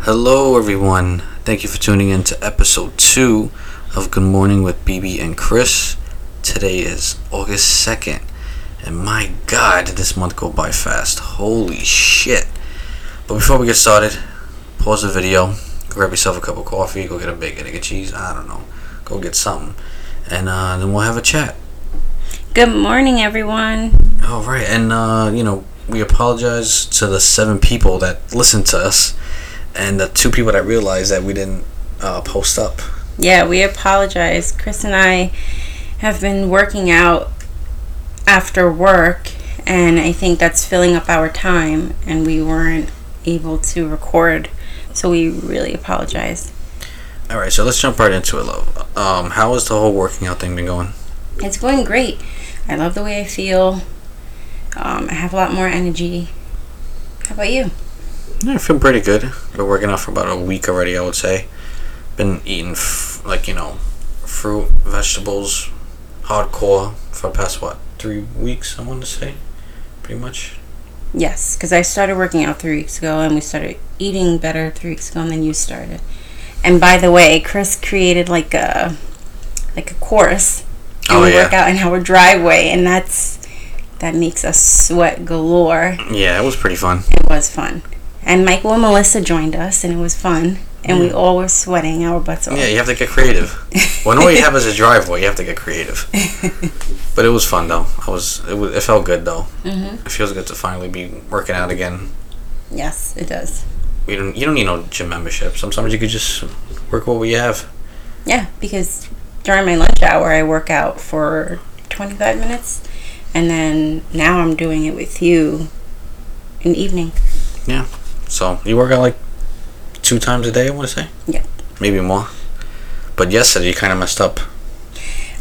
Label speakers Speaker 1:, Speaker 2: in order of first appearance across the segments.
Speaker 1: Hello, everyone. Thank you for tuning in to episode two of Good Morning with BB and Chris. Today is August 2nd, and my god, did this month go by fast. Holy shit. But before we get started, pause the video, grab yourself a cup of coffee, go get a bacon, egg, and cheese, I don't know. Go get something. And uh, then we'll have a chat.
Speaker 2: Good morning, everyone.
Speaker 1: All right, and uh, you know we apologize to the seven people that listened to us, and the two people that realized that we didn't uh, post up.
Speaker 2: Yeah, we apologize. Chris and I have been working out after work, and I think that's filling up our time, and we weren't able to record. So we really apologize.
Speaker 1: All right, so let's jump right into it, love. Um, how has the whole working out thing been going?
Speaker 2: It's going great. I love the way I feel. Um, I have a lot more energy. How about you?
Speaker 1: Yeah, I feel pretty good. Been working out for about a week already, I would say. Been eating f- like you know, fruit, vegetables, hardcore for the past what three weeks? I want to say, pretty much.
Speaker 2: Yes, because I started working out three weeks ago, and we started eating better three weeks ago, and then you started. And by the way, Chris created like a like a course, and
Speaker 1: Oh,
Speaker 2: we
Speaker 1: yeah.
Speaker 2: work out in our driveway, and that's that makes us sweat galore.
Speaker 1: Yeah, it was pretty fun.
Speaker 2: It was fun, and Michael and Melissa joined us, and it was fun, and we all were sweating our butts off.
Speaker 1: Mm. Yeah, you have to get creative. when all you have is a driveway, you have to get creative. but it was fun though. I was it, was, it felt good though.
Speaker 2: hmm
Speaker 1: It feels good to finally be working out again.
Speaker 2: Yes, it does.
Speaker 1: You don't you don't need no gym membership. Sometimes you could just work what we have.
Speaker 2: Yeah, because during my lunch hour, I work out for 25 minutes, and then now I'm doing it with you in the evening.
Speaker 1: So you work out like two times a day. I want to say.
Speaker 2: Yeah.
Speaker 1: Maybe more. But yesterday you kind of messed up.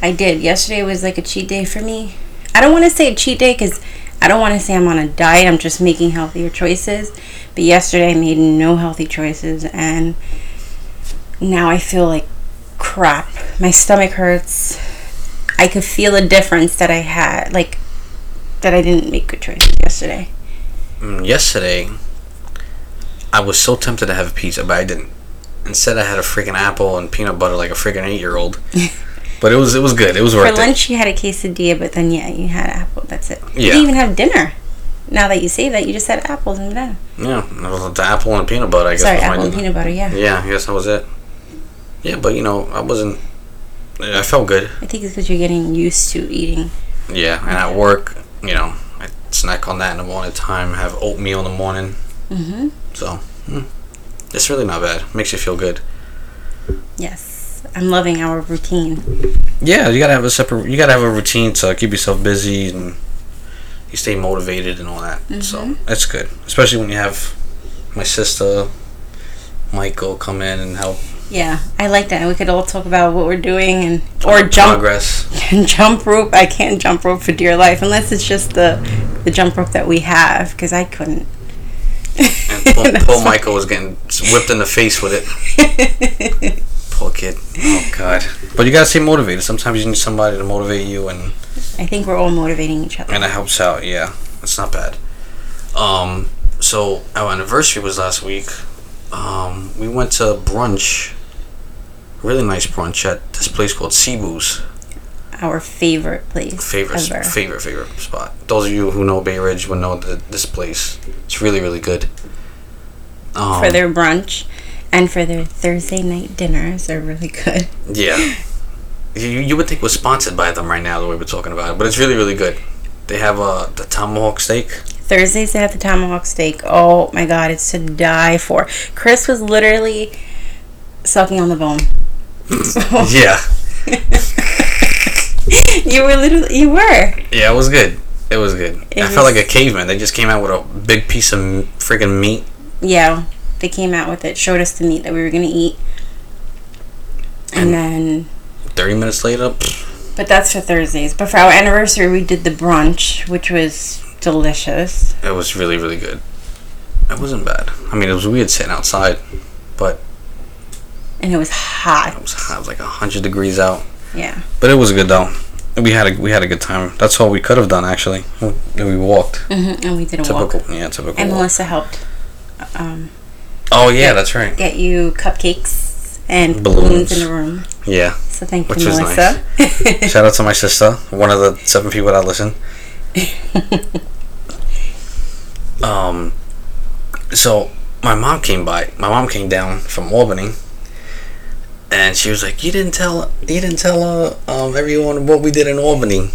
Speaker 2: I did. Yesterday was like a cheat day for me. I don't want to say a cheat day because I don't want to say I'm on a diet. I'm just making healthier choices. But yesterday I made no healthy choices, and now I feel like crap. My stomach hurts. I could feel the difference that I had, like that I didn't make good choices yesterday.
Speaker 1: Mm, Yesterday, I was so tempted to have a pizza, but I didn't. Instead, I had a freaking apple and peanut butter like a freaking eight year old. but it was it was good. It was worth
Speaker 2: For
Speaker 1: it.
Speaker 2: lunch, you had a quesadilla, but then yeah, you had apple. That's it. You
Speaker 1: Yeah.
Speaker 2: didn't even have dinner. Now that you say that, you just had apples and banana.
Speaker 1: Yeah, that was the apple and peanut butter. I guess.
Speaker 2: Sorry,
Speaker 1: was my
Speaker 2: apple and
Speaker 1: dinner.
Speaker 2: peanut butter. Yeah,
Speaker 1: Yeah, I guess that was it. Yeah, but you know, I wasn't. I felt good.
Speaker 2: I think it's because you're getting used to eating.
Speaker 1: Yeah, and at work, you know, I snack on that in the morning time. Have oatmeal in the morning,
Speaker 2: Mm-hmm.
Speaker 1: so mm, it's really not bad. Makes you feel good.
Speaker 2: Yes, I'm loving our routine.
Speaker 1: Yeah, you gotta have a separate. You gotta have a routine to keep yourself busy and you stay motivated and all that. So
Speaker 2: Mhm.
Speaker 1: that's good, especially when you have my sister, Michael, come in and help
Speaker 2: Yeah, I like that. We could all talk about what we're doing and or
Speaker 1: with
Speaker 2: jump
Speaker 1: progress.
Speaker 2: jump rope. I can't jump rope for dear life unless it's just the the jump rope that we have because I couldn't.
Speaker 1: And poor,
Speaker 2: That's
Speaker 1: poor
Speaker 2: why-
Speaker 1: Michael was getting whipped in the face with it. Poor kid. Oh God. But you gotta stay motivated. Sometimes you need somebody to motivate you, and
Speaker 2: I think we're all motivating each other.
Speaker 1: and it helps out. Yeah, it's not bad. Um, so our anniversary was last week. Um, we went to brunch. Really nice brunch at this place called Cebu's
Speaker 2: Our favorite place.
Speaker 1: favorite
Speaker 2: Ever.
Speaker 1: favorite favorite spot. Those of you who know Bay Ridge will know that this place. It's really really good. Um,
Speaker 2: for their brunch and for their Thursday night dinners are really good.
Speaker 1: Yeah. You, you would think we're sponsored by them right now, the way we're talking about it, but it's really, really good. They have uh, the tomahawk steak.
Speaker 2: Thursdays they have the tomahawk steak. Oh my god, it's to die for. Chris was literally sucking on the bone. Oh.
Speaker 1: Yeah.
Speaker 2: you were literally you were.
Speaker 1: Yeah, it was good. It was good.
Speaker 2: It
Speaker 1: I felt
Speaker 2: was-
Speaker 1: like a caveman. They just came out with a big piece of m- freaking meat.
Speaker 2: Yeah, they came out with it, showed us the meat that we were gonna eat, and then.
Speaker 1: 30 minutes later, pfft,
Speaker 2: But that's for Thursdays. But for our anniversary, we did the brunch, which was delicious.
Speaker 1: it was really, really good. It wasn't bad. I mean, it was weird sitting outside.
Speaker 2: And it was hot.
Speaker 1: It was, hot. it was like 100 degrees out.
Speaker 2: Yeah.
Speaker 1: But it was good, though. We had a, we had a good time. That's all we could have done, actually. We, we walked.
Speaker 2: hmm And we did a walk.
Speaker 1: Typical. Yeah, typical.
Speaker 2: And
Speaker 1: walk.
Speaker 2: Melissa helped um,
Speaker 1: Oh yeah, that's right.
Speaker 2: get you cupcakes and
Speaker 1: Balloons.
Speaker 2: balloons, in the room.
Speaker 1: Yeah.
Speaker 2: So thank
Speaker 1: Which
Speaker 2: you,
Speaker 1: was
Speaker 2: Melissa.
Speaker 1: Shout out to my sister, one of the seven people that listen. um, so my mom came by. My mom came down from Albany, and she was like, "You didn't tell, you didn't tell uh, um, everyone what we did in Albany."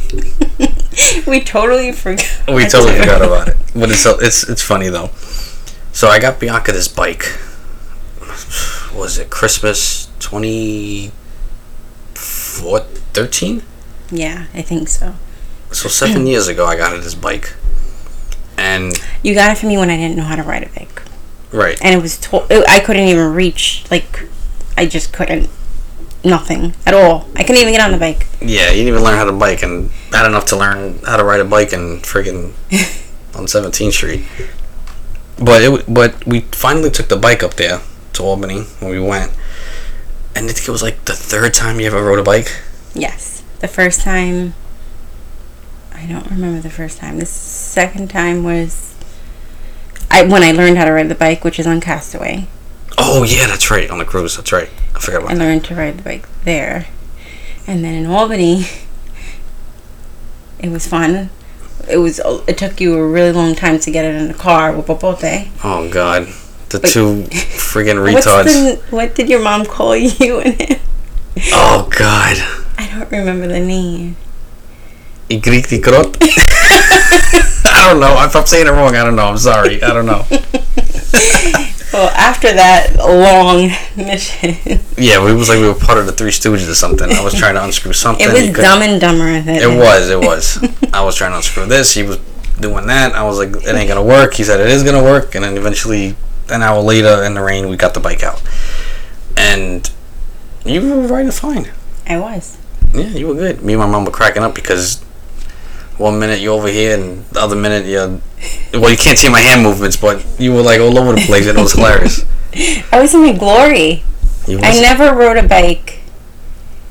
Speaker 2: we totally forgot.
Speaker 1: We
Speaker 2: That's
Speaker 1: totally
Speaker 2: true.
Speaker 1: forgot about it, but it's it's it's funny though. So I got Bianca this bike. Was it Christmas twenty four thirteen?
Speaker 2: Yeah, I think so.
Speaker 1: So seven years ago, I got her this bike, and
Speaker 2: You got it for me when I didn't know how to ride a bike,
Speaker 1: right,
Speaker 2: and it was to- it- I couldn't even reach. Like, I just couldn't. Nothing at all. I couldn't even get on the bike.
Speaker 1: yeah, you didn't even learn how to bike, and bad enough to learn how to ride a bike and friggin' on Seventeenth Street. But it, w- but we finally took the bike up there to Albany when we went, and I think it was like the third time you ever rode a bike.
Speaker 2: Yes, the first time. I don't remember the first time. The second time was. I, when I learned how to ride the bike, which is on Castaway,
Speaker 1: Oh yeah, that's right, on the cruise. That's right. I forgot
Speaker 2: I
Speaker 1: about that.
Speaker 2: learned to ride the bike there. And then in Albany, it was fun. It was. It took you a really long time to get it in the car with Popote.
Speaker 1: Oh god, the
Speaker 2: Wait.
Speaker 1: two friggin'
Speaker 2: What's
Speaker 1: retards.
Speaker 2: the, what did your mom call you and him?
Speaker 1: Oh god,
Speaker 2: I don't remember the name.
Speaker 1: Igriktikrot. I don't know. If I'm saying it wrong, I don't know. I'm sorry. I don't know.
Speaker 2: Well, after that long mission,
Speaker 1: Yeah, we was like we were part of the Three Stooges or something. I was trying to unscrew something.
Speaker 2: it
Speaker 1: he
Speaker 2: was
Speaker 1: couldn't-
Speaker 2: Dumb and Dumber. That
Speaker 1: It was. It was. I was trying to unscrew this. He was doing that. I was like, it ain't gonna work. He said it is gonna work, and then eventually, an hour later in the rain, we got the bike out, and you were riding fine.
Speaker 2: I was.
Speaker 1: Yeah, you were good. Me and my mom were cracking up because one minute you're over here and the other minute you're. Well, you can't see my hand movements, but you were like all over the place and it was hilarious.
Speaker 2: I was in my glory.
Speaker 1: You
Speaker 2: I
Speaker 1: was-
Speaker 2: never rode a bike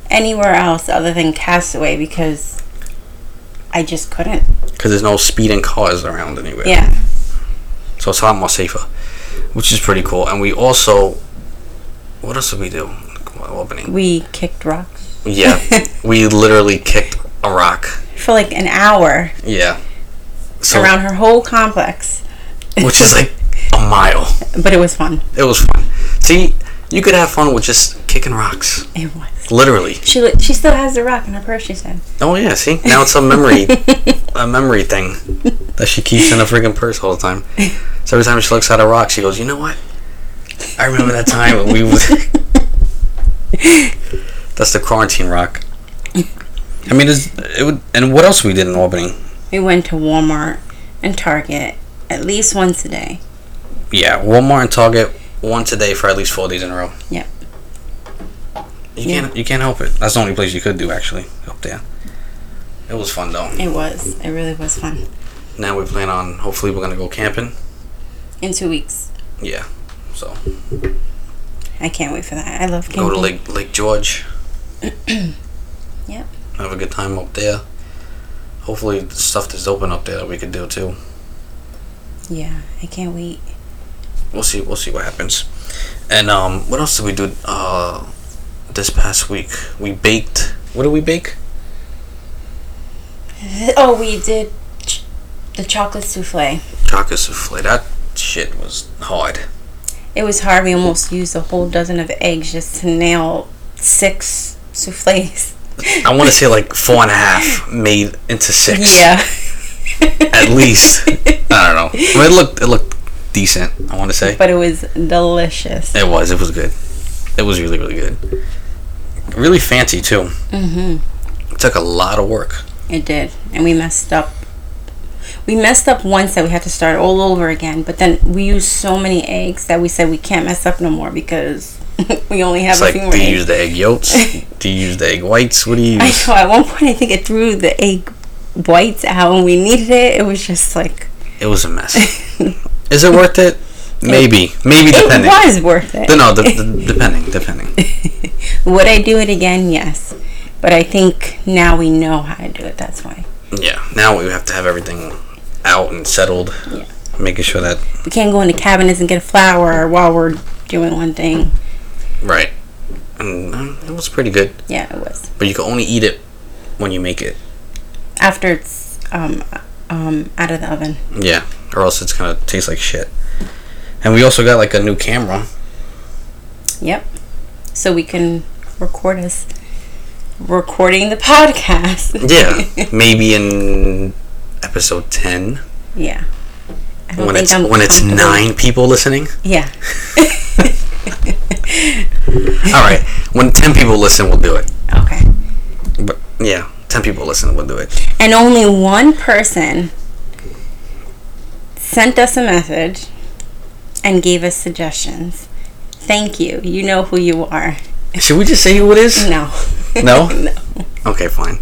Speaker 2: anywhere else other than Castaway because I just couldn't.
Speaker 1: because there's no speeding cars around anywhere.
Speaker 2: Yeah.
Speaker 1: So it's a lot more safer, which is pretty cool. And we also, what else did we do? Albany.
Speaker 2: We kicked rocks
Speaker 1: Yeah, we literally kicked a rock.
Speaker 2: for like an hour
Speaker 1: Yeah. So,
Speaker 2: around her whole complex,
Speaker 1: which is like a mile.
Speaker 2: but it was fun.
Speaker 1: It was fun. See, you could have fun with just kicking rocks,
Speaker 2: It was.
Speaker 1: literally.
Speaker 2: She li- she still has the rock in her purse. She said.
Speaker 1: Oh yeah, see, now it's a memory, a memory thing that she keeps in her freaking purse all the time. So every time she looks at a rock, she goes, "You know what? I remember that time when we was." That's the quarantine rock. I mean, it's, it would. And what else we did in Albany?
Speaker 2: We went to Walmart and Target at least once a day.
Speaker 1: Yeah, Walmart and Target once a day for at least four days in a row.
Speaker 2: Yeah.
Speaker 1: You
Speaker 2: Yeah.
Speaker 1: can't. You can't help it. That's the only place you could do actually up there. It was fun though.
Speaker 2: It was. It really was fun.
Speaker 1: Now we plan on. Hopefully, we're gonna go camping.
Speaker 2: In two weeks,
Speaker 1: Yeah. So.
Speaker 2: I can't wait for that. I love camping.
Speaker 1: go to Lake Lake George.
Speaker 2: Yep.
Speaker 1: Have a good time up there. Hopefully, the stuff that's open up there that we could do too.
Speaker 2: Yeah, I can't wait.
Speaker 1: We'll see. We'll see what happens. And um, what else did we do? Uh, this past week we baked. What did we bake?
Speaker 2: Oh, we did ch- the chocolate souffle.
Speaker 1: Chocolate souffle. That shit was hard.
Speaker 2: It was hard. We almost used a whole dozen of eggs just to nail six souffles.
Speaker 1: I want to say like four and a half made into six.
Speaker 2: Yeah.
Speaker 1: At least. I don't know. I mean, it looked it looked decent. I want to say.
Speaker 2: But it was delicious.
Speaker 1: It was. It was good. It was really, really good. Really fancy too.
Speaker 2: hmm
Speaker 1: It took a lot of work.
Speaker 2: It did. And we messed up. We messed up once that we had to start all over again. But then we used so many eggs that we said we can't mess up no more because we only have
Speaker 1: It's
Speaker 2: a
Speaker 1: like,
Speaker 2: few
Speaker 1: do
Speaker 2: more
Speaker 1: you
Speaker 2: eggs.
Speaker 1: use the egg yolks? do you use the egg whites? What do you
Speaker 2: I
Speaker 1: use?
Speaker 2: know. At one point, I think it threw the egg whites out when we needed it. It was just like
Speaker 1: It was a mess. Is it worth it? Maybe. Maybe depending.
Speaker 2: it was worth it.
Speaker 1: The- No, the, the, depending, depending.
Speaker 2: Would I do it again? Yes. But I think now we know how to do it. That's why.
Speaker 1: Yeah. Now we have to have everything out and settled.
Speaker 2: Yeah.
Speaker 1: making sure that
Speaker 2: We can't go into cabinets and get a flower while we're doing one thing.
Speaker 1: right. And um, it was pretty good,
Speaker 2: Yeah, it was.
Speaker 1: but you can only eat it when you make it.
Speaker 2: After it's um um out of the oven.
Speaker 1: Yeah, or else it's gonna taste like shit. And we also got like a new camera.
Speaker 2: Yep. So we can record us recording the podcast.
Speaker 1: Yeah, maybe in episode ten
Speaker 2: yeah. I
Speaker 1: when it's when it's
Speaker 2: comfortable.
Speaker 1: nine people listening.
Speaker 2: Yeah.
Speaker 1: All right, when ten people listen, we'll do it.
Speaker 2: Okay.
Speaker 1: But yeah, ten people listen, we'll do it.
Speaker 2: And only one person sent us a message and gave us suggestions. Thank you. You know who you are.
Speaker 1: Should we just say who it is?
Speaker 2: No.
Speaker 1: No?
Speaker 2: no.
Speaker 1: Okay, fine.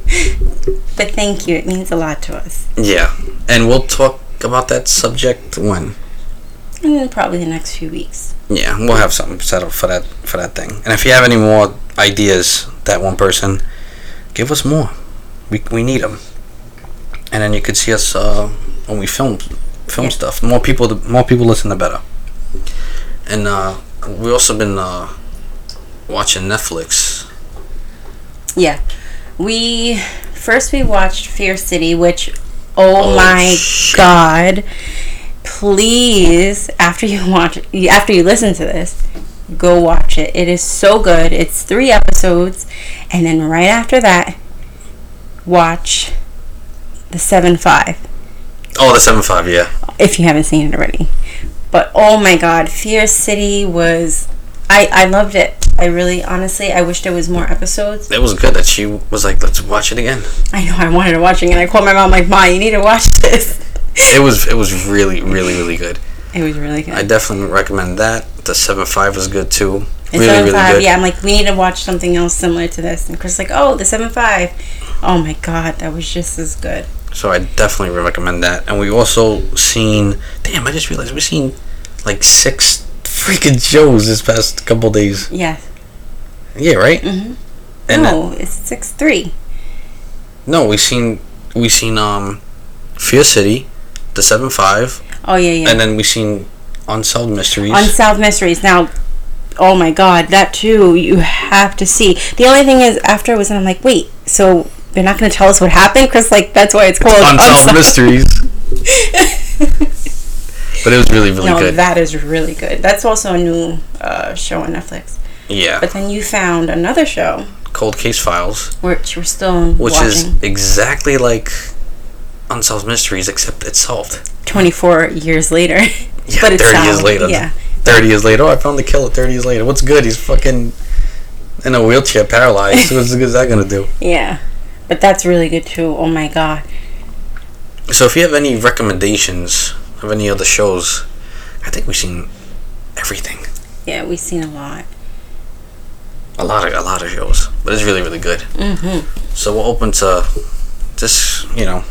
Speaker 2: But thank you. It means a lot to us.
Speaker 1: Yeah, and we'll talk about that subject when.
Speaker 2: And in probably the next few weeks.
Speaker 1: Yeah, we'll have something set up for that for that thing. And if you have any more ideas, that one person, give us more. We we need them. And then you could see us uh, when we film film
Speaker 2: Yeah.
Speaker 1: stuff. More people, the more people listen, the better. And uh, we also been uh, watching Netflix.
Speaker 2: Yeah. We first we watched Fear City, which oh,
Speaker 1: Oh,
Speaker 2: my
Speaker 1: shit.
Speaker 2: god. Please after you watch it, after you listen to this, go watch it. It is so good. It's 3 episodes and then right after that watch The 7-5
Speaker 1: Oh, the seven five, yeah.
Speaker 2: if you haven't seen it already. But oh my god, Fear City was I I loved it. I really honestly I wish there was more episodes.
Speaker 1: It was good that she was like, let's watch it again.
Speaker 2: I know I wanted to watch it, and I called my mom like, "Ma, you need to watch this."
Speaker 1: It was it was really really really good.
Speaker 2: It was really
Speaker 1: I
Speaker 2: good.
Speaker 1: definitely recommend that. The seven five was good too.
Speaker 2: It's seven five. Yeah, I'm like, we need to watch something else similar to this, and Chris like, "Oh, the seven five. Oh my god, that was just as good.
Speaker 1: So I definitely recommend that. And we also seen. Damn, I just realized we seen like six freaking shows this past couple days.
Speaker 2: Yes.
Speaker 1: Yeah, right.
Speaker 2: Mhm.
Speaker 1: And uh,
Speaker 2: no, it's six three.
Speaker 1: no, we seen we seen um, Fear City, the seven five,
Speaker 2: Oh yeah, yeah.
Speaker 1: and then we seen Unsolved Mysteries.
Speaker 2: Unsolved mysteries. Now, oh my god, that too. You have to see. The only thing is, after it was, and I'm like, wait, so they're not gonna tell us what happened, Chris? Like, that's why it's called
Speaker 1: Unsolved Mysteries. But it was really really
Speaker 2: no,
Speaker 1: good.
Speaker 2: that is really good. That's also a new uh, show on Netflix.
Speaker 1: yeah,
Speaker 2: But then you found another show,
Speaker 1: Cold Case Files.
Speaker 2: which we're still
Speaker 1: which
Speaker 2: watching.
Speaker 1: is exactly like unsolved mysteries except it's solved
Speaker 2: 24 years later.
Speaker 1: yeah,
Speaker 2: but
Speaker 1: 30
Speaker 2: it's
Speaker 1: years
Speaker 2: solid,
Speaker 1: later
Speaker 2: Yeah.
Speaker 1: 30 years later oh i found the killer 30 years later what's good he's fucking in a wheelchair paralyzed what's good is that gonna do
Speaker 2: Yeah. But that's really good too. Oh my god.
Speaker 1: so if you have any recommendations of any other shows i think we've seen everything
Speaker 2: Yeah, we've seen a lot.
Speaker 1: a lot of a lot of shows but it's really really good
Speaker 2: Mm-hmm.
Speaker 1: so we're open to just you know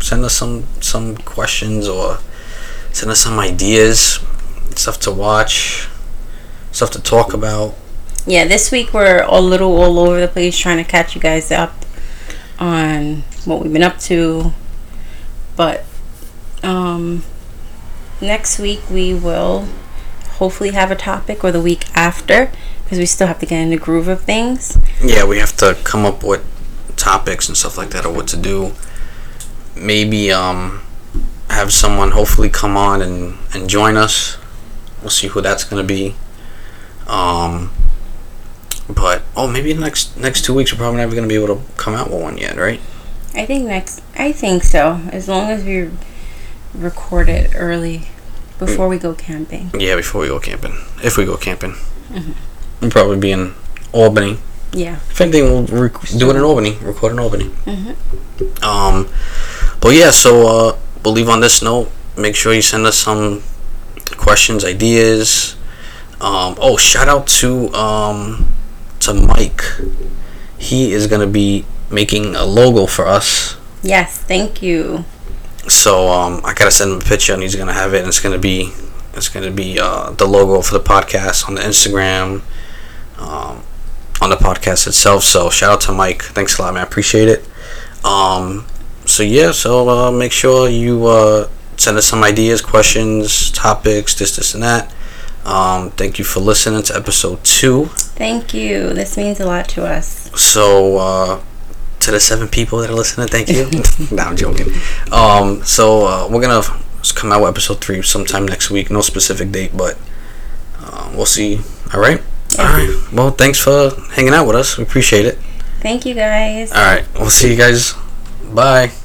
Speaker 1: send us some some questions or send us some ideas stuff to watch stuff to talk about
Speaker 2: Yeah, this week we're a little all over the place trying to catch you guys up on what we've been up to. But um next week we will hopefully have a topic or the week after because we still have to get in the groove of things.
Speaker 1: yeah we have to come up with topics and stuff like that or what to do maybe um have someone hopefully come on and and join us we'll see who that's gonna be um but oh maybe the next next two weeks we're probably never gonna be able to come out with one yet right
Speaker 2: I think next. I think so. As long as we record it early before we go camping.
Speaker 1: Yeah, before we go camping. If we go camping. We'll probably be in Albany.
Speaker 2: Yeah.
Speaker 1: If anything, we'll rec- do it in Albany. Record in Albany.
Speaker 2: Mhm.
Speaker 1: Um, but yeah, so uh, we'll leave on this note. Make sure you send us some questions, ideas. Um, oh, shout out to um, to Mike. He is gonna be making a logo for us.
Speaker 2: Yes. Thank you.
Speaker 1: So um, I gotta send him a picture, and he's gonna have it, and it's gonna be it's gonna be uh, the logo for the podcast on the Instagram, um, on the podcast itself. So shout out to Mike, thanks a lot, man, appreciate it. Um, so yeah, so uh, make sure you uh, send us some ideas, questions, topics, this, this, and that. Um, thank you for listening to episode two.
Speaker 2: Thank you. This means a lot to us.
Speaker 1: So, uh, to the seven people that are listening, thank you. no, I'm joking. Um, so, uh, we're going to come out with episode three sometime next week. No specific date, but uh, we'll see. All right? All right. Well, thanks for hanging out with us. We appreciate it.
Speaker 2: Thank you guys.
Speaker 1: All right. We'll see you guys. Bye.